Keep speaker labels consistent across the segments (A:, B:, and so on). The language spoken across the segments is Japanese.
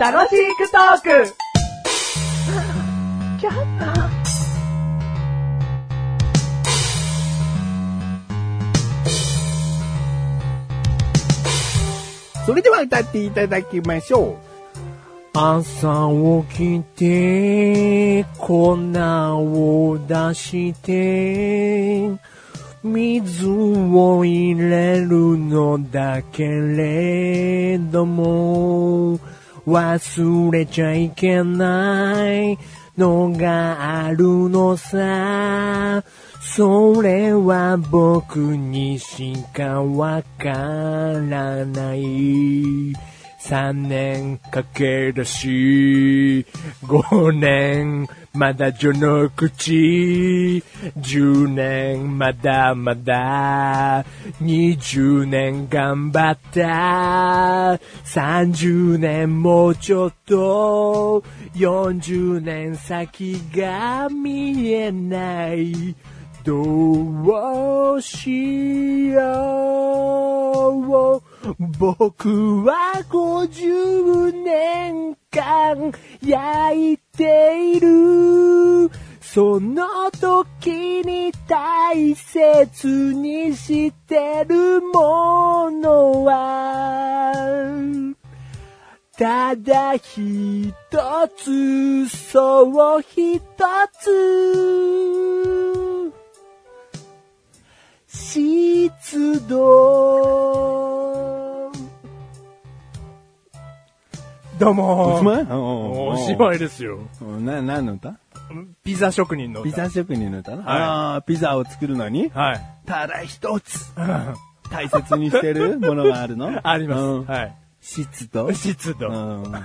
A: 楽しくトーク
B: それでは歌っていただきましょう。朝起きて、粉を出して、水を入れるのだけれども、忘れちゃいけないのがあるのさ。それは僕にしかわからない。三年かけだし、五年まだ序の口、十年まだまだ、二十年頑張った、三十年もうちょっと、四十年先が見えない。どうしよう。僕は50年間焼いている。その時に大切にしてるものは、ただ一つ、そう一つ。湿度。どうも
C: おしまい
B: お
C: お
B: しまいですよ。
C: い。な、何の歌
B: ピザ職人の歌。
C: ピザ職人の歌な、ああ、ピザを作るのに、
B: はい。
C: ただ一つ、大切にして るものがあるの
B: あります。
C: うん
B: はい。
C: 湿度。
B: 湿
C: う
B: 度。
C: ん。ま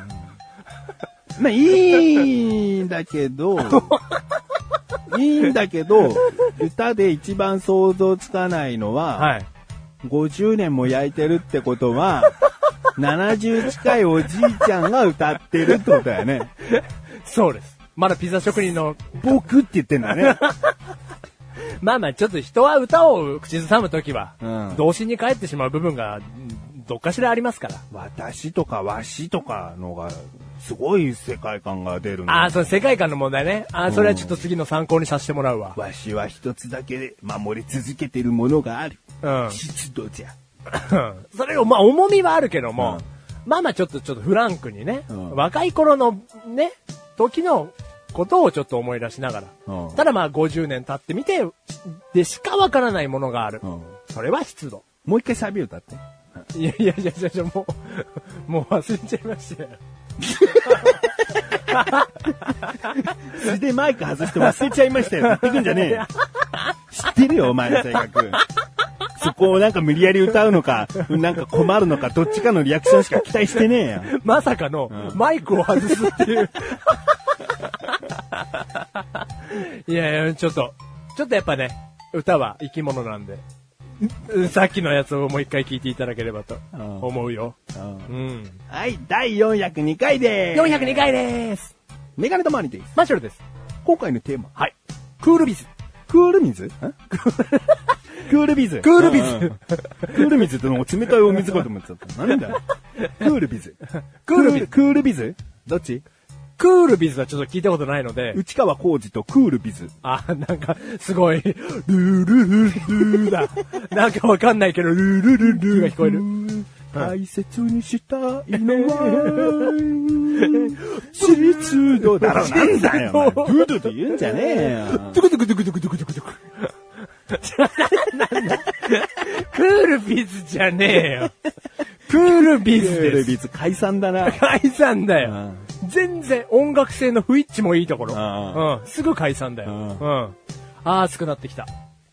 C: あ、いいんだけ ど、いいんだけど、歌で一番想像つかないのは、
B: はい。
C: 50年も焼いてるってことは、70近いおじいちゃんが歌ってるってことだよね。
B: そうです。まだピザ職人の、
C: 僕って言ってんだね。
B: まあまあちょっと人は歌を口ずさむときは、
C: うん
B: 童心に帰ってしまう部分が、うんどっかしらありますから。
C: 私とかわしとかのが、すごい世界観が出るの。
B: ああ、それ世界観の問題ね。ああ、それはちょっと次の参考にさせてもらうわ。
C: わしは一つだけ守り続けてるものがある。
B: うん。
C: 湿度じゃ。
B: それを、まあ、重みはあるけども、まあまあ、ちょっと、ちょっとフランクにね、
C: うん
B: 若い頃の、ね、時のことをちょっと思い出しながら、
C: うん
B: ただまあ、50年経ってみて、でしかわからないものがある。
C: うん
B: それは湿度。
C: もう一回サビ歌って。
B: いやいやいやいやいや、もう、もう忘れちゃいましたよ。
C: 素でマイク外して忘れちゃいました よ。言ってくんじゃねえよ。知ってるよ、お前の性格。そこをなんか無理やり歌うのか、なんか困るのか、どっちかのリアクションしか期待してねえよ。
B: まさかの、マイクを外すっ ていう。いやいや、ちょっと、ちょっとやっぱね、歌は生き物なんで、うんさっきのやつをもう一回聞いていただければと
C: うん
B: 思うよ。
C: うん
B: うん。
C: はい、第402回でーす。
B: 402回でーす。
C: メガネとマニティです。
B: マシュルです。
C: 今回のテーマ、
B: はい。クールビズ。
C: クール水んクールビズ。
B: クールビズ
C: うんうんクール水ってのも冷たいお水かと思っちゃった。なんだよクールビズ。
B: クールビズ
C: クールビズどっち
B: クールビズはちょっと聞いたことないので、
C: 内川浩二とクールビズ。
B: あ、なんか、すごい、ルールルルーだ。なんかわかんないけど、ルールルルーが聞こえる。
C: 大切にしたいのは、湿度だろ。なんだよ。お前ドゥドゥドゥ言うんじゃねえよ。
B: ドゥクドゥクドゥクドゥクドゥクドゥクドゥ ク。クールビズじゃねえよ。クールビ
C: ク
B: ズ
C: ール
B: です。
C: ビズ解散だな。
B: 解散だよ。全然音楽性の不一致もいいところ。
C: あ
B: うん。すぐ解散だよ。う
C: うんん。
B: あー熱くなってきた。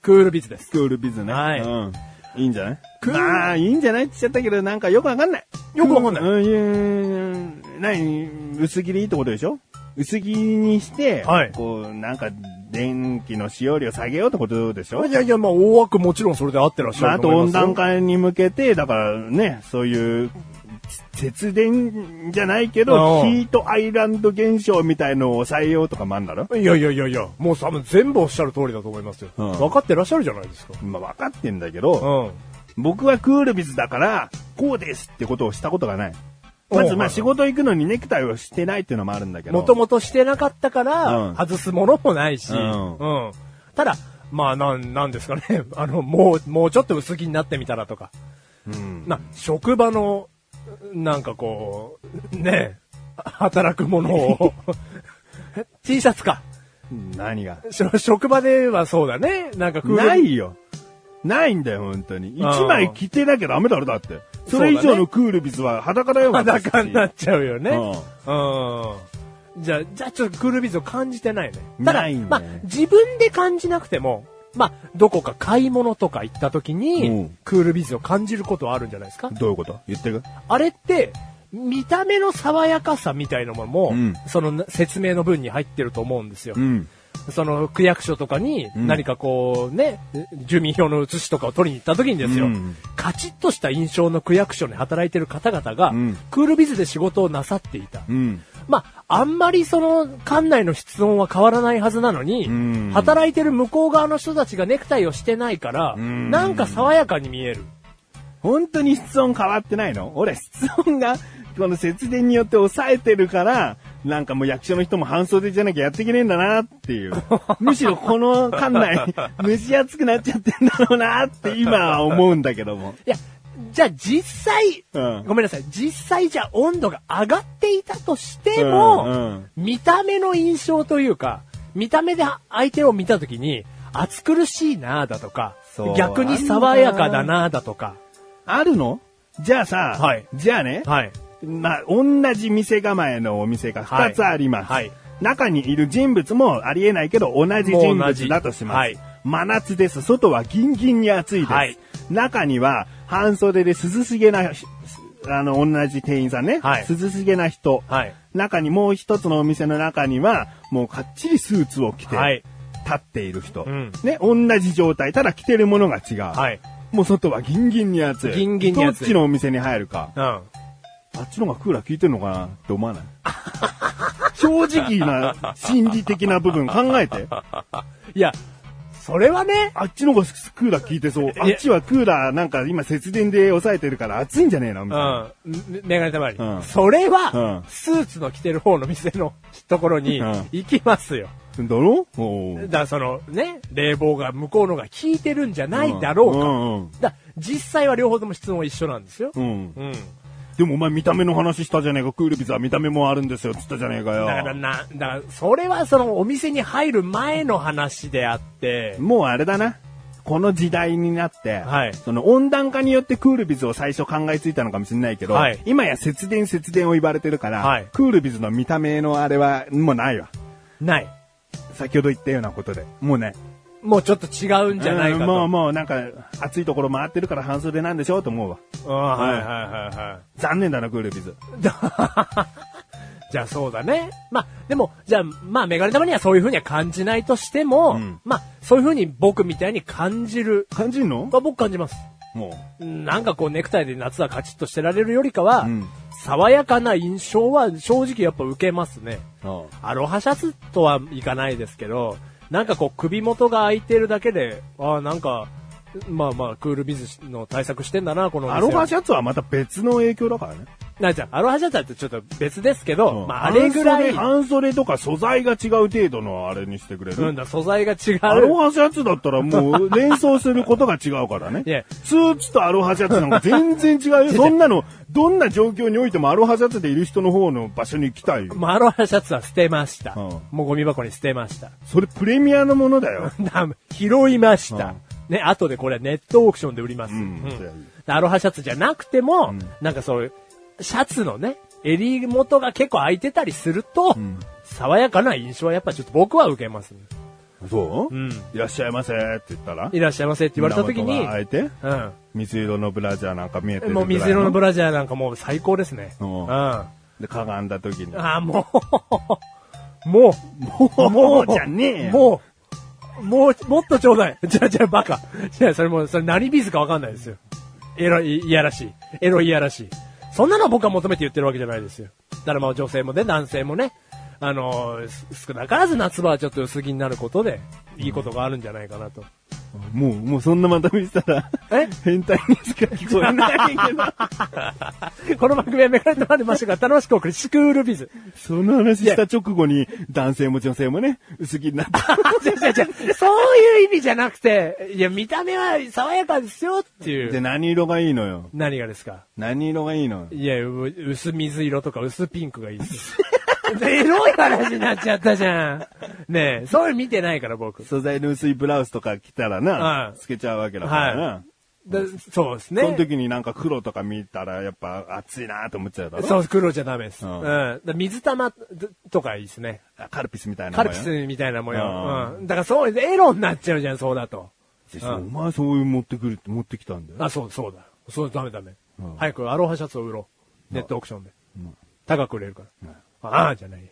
B: クールビズです。
C: クールビズね。
B: はい
C: うん。いいんじゃないまあ、いいんじゃないって言っちゃったけど、なんかよくわかんない。
B: よくわかんない
C: うん、いやうん、何薄切りってことでしょ薄切りにして、
B: はい
C: こう、なんか、電気の使用量下げようってことでしょ
B: いやいや、まあ、大枠もちろんそれで合ってらっし
C: まあ、
B: ゃ
C: あ
B: る
C: と
B: 思い
C: 温
B: ますよ
C: 暖化に向けて、だからね、そういう、つ節電じゃないけど、
B: う
C: ヒ
B: ん
C: ートアイランド現象みたいのを抑えようとかもあんだろ
B: いやいやいやいや、もう多分全部おっしゃる通りだと思いますよ。
C: うん
B: 分かってらっしゃるじゃないですか。
C: まあ、分かってんだけど、
B: うん。
C: 僕はクールビズだから、こうですってことをしたことがない。
B: おう
C: まず、ま
B: はい
C: あ仕事行くのにネクタイをしてないっていうのもあるんだけど。
B: もともとしてなかったから
C: う、ん
B: 外すものもないし、う
C: うんん。
B: ただ、まあ、なん、なんですかね。 あの、もう、もうちょっと薄着になってみたらとか。
C: うん。
B: な、職場の、なんかこう、ねえ、働くものを、T シャツか。
C: 何が
B: しょ職場ではそうだね。なんかクール
C: ないよ。ないんだよ、本当に。一枚着てなきゃダメだろ、だって。それ以上のクールビズは裸だよ、私
B: 裸になっちゃうよね。
C: う
B: うん。じゃあ、じゃあちょっとクールビズを感じてないね。ただ、
C: ないね
B: まあ、自分で感じなくても、まあ、どこか買い物とか行った時に、
C: うん
B: クールビズを感じることはあるんじゃないですか
C: どういうこと言ってく
B: あれって、見た目の爽やかさみたいなものも、
C: うん
B: その説明の文に入ってると思うんですよ。
C: ん。
B: その区役所とかに
C: うん
B: 何かこうね、住民票の写しとかを取りに行った時にですよ、
C: うん
B: カチッとした印象の区役所に働いてる方々が、
C: うん
B: クールビズで仕事をなさっていた。
C: うん。
B: まあ、あんまりその、館内の室温は変わらないはずなのに、
C: うん
B: 働いてる向こう側の人たちがネクタイをしてないから、
C: ん
B: なんか爽やかに見える。
C: 本当に室温変わってないの俺、室温が、この節電によって抑えてるから、なんかもう役所の人も半袖じゃなきゃやっていけねえんだなっていう。 むしろこの館内、蒸し暑くなっちゃってんだろうなって今は思うんだけども。
B: いや、じゃあ実際、
C: うん
B: ごめんなさい、実際じゃあ温度が上がっていたとしても、
C: うんうん
B: 見た目の印象というか、見た目で相手を見たときに、暑苦しいなぁだとか
C: そう、
B: 逆に爽やかだなぁだとか、
C: あるのじゃあさ、
B: はい
C: じゃあね、
B: はい。
C: まあ、同じ店構えのお店が2つあります。
B: はいはい
C: 中にいる人物もありえないけど、同じ人
B: もう同じ
C: 物だとします。
B: はい
C: 真夏です。外はギンギンに暑いです。
B: はい
C: 中には、半袖で涼しげな、ひあの、同じ店員さんね。
B: はい
C: 涼しげな人。
B: はい
C: 中にもう一つのお店の中には、もうかっちりスーツを着て、
B: はい
C: 立っている人、
B: うん
C: ね、同じ状態。ただ着てるものが違う。
B: はい。
C: もう外はギンギンに暑い。
B: ギンギンに暑い
C: どっちのお店に入るか。
B: うん。
C: あっちの方がクーラー効いてるのかなって思わない 正直な心理的な部分考えて。
B: いや、それはね、
C: あっちの方がクーラー効いてそう。あっちはクーラーなんか今節電で抑えてるから暑いんじゃねえのみたいな。
B: うん。めメガネたまり。
C: うん
B: それは、
C: うん
B: スーツの着てる方の店のところに
C: うん
B: 行きますよ。
C: だろお
B: だ
C: う
B: からそのね、冷房が向こうのが効いてるんじゃないだろうか。
C: うん
B: だから実際は両方とも質問は一緒なんですよ。
C: うんうん。
B: うん。
C: でもお前見た目の話したじゃねえか。クールビズは見た目もあるんですよ。つったじゃねえか
B: だから
C: よ。
B: な、だからそれはそのお店に入る前の話であって、
C: もうあれだな。この時代になって、
B: はい
C: その温暖化によってクールビズを最初考えついたのかもしれないけど、
B: はい
C: 今や節電節電を言われてるから、
B: はい
C: クールビズの見た目のあれはもうないわ。
B: ない。
C: 先ほど言ったようなことで。もうね。
B: もうちょっと違うんじゃないかと。
C: うんもうもうなんか暑いところ回ってるから半袖なんでしょうと思うわ。
B: うんはいはいはいはい。
C: 残念だな、クールビズ。
B: じゃあそうだね。まあ、でも、じゃあ、まあ、メガネ玉にはそういう風には感じないとしても、
C: うん
B: まあ、そういう風に僕みたいに感じる。
C: 感じんの
B: 僕感じます。
C: も
B: なんかこう、ネクタイで夏はカチッとしてられるよりかは、
C: うん
B: 爽やかな印象は正直やっぱ受けますね。
C: う。うん
B: アロハシャツとはいかないですけど、なんかこう、首元が開いてるだけで、ああ、なんか、まあまあ、クールビズの対策してんだな、このお店
C: アロハシャツはまた別の影響だからね。
B: なんじゃ、アロハシャツだってちょっと別ですけど、
C: うん
B: まあ、あれぐら
C: 半袖
B: い、
C: 半袖とか素材が違う程度のあれにしてくれる。
B: うんだ、素材が違う。
C: アロハシャツだったらもう連想することが違うからね
B: いや。
C: スーツとアロハシャツなんか全然違うよ。そんなの、どんな状況においてもアロハシャツでいる人の方の場所に行きたいよ。
B: まあ、アロハシャツは捨てました。
C: うん
B: もうゴミ箱に捨てました。
C: それプレミアのものだよ。
B: だ拾いました。
C: うん
B: ね、後でこれはネットオークションで売ります。
C: うん
B: うんでアロハシャツじゃなくても、なんかそういう、シャツのね、襟元が結構開いてたりすると、爽やかな印象はやっぱちょっと僕は受けますね、
C: そう、
B: うん
C: いらっしゃいませって言ったら
B: いらっしゃいませって言われた時
C: 胸
B: に
C: 元が、開いて
B: うん。
C: 水色のブラジャーなんか見えてるぐ
B: も
C: ら
B: う
C: いの
B: 水色のブラジャーなんかもう最高ですね。
C: うん
B: うん。あ
C: で、かがんだ時に。
B: あ、もう、もう、
C: もうじゃねえよ。
B: もう、もう、もっとちょうだい。 じゃあ、じゃあ、バカ。じゃあ、それもう、それ何ビーズかわかんないですよ。エロい、いやらしい。エロい、いやらしい。そんなの僕は求めて言ってるわけじゃないですよ。だからまあ女性もね、男性もね、あのーす少なからず夏場はちょっと薄着になることで、いいことがあるんじゃないかなと。
C: もう、もうそんなまとめした ら、
D: え
C: 変態にしか聞こえないけど、
D: この番組はめがれてまでましたが、楽しくお送るシクールビズ。
C: その話した直後に、男性も女性もね、薄着になって、
D: 違う違う違う。そういう意味じゃなくて、いや、見た目は爽やかですよってい
C: で、
D: う。
C: 何色がいいのよ。
D: 何がですか
C: 何色がいいの
D: いや、う薄水色とか薄ピンクがいいです。エロい話になっちゃったじゃん。ねえ、そういうの見てないから僕。
C: 素材の薄いブラウスとか着たら
D: は
C: な、
D: い
C: 透けちゃうわけだからな。
D: はだそうですね。
C: その時になんか黒とか見たらやっぱ暑いなと思っちゃうだろ
D: そう、黒じゃダメです。う。
C: うんん
D: だから水玉とかいいですね。
C: あカルピスみたいな
D: カ
C: もん
D: ル
C: よ。
D: ピスみたいな模
C: あ
D: 様。うん。だからそう、エロになっちゃうじゃん、そうだと。
C: でしょお前そういう持ってくるって持ってきたんだよ。
D: あ、そう、そうだ。そう、ダメダメ
C: うん。
D: 早くアロハシャツを売ろう。ネットオークションで
C: うん。
D: 高く売れるから。ああ、じゃないよ。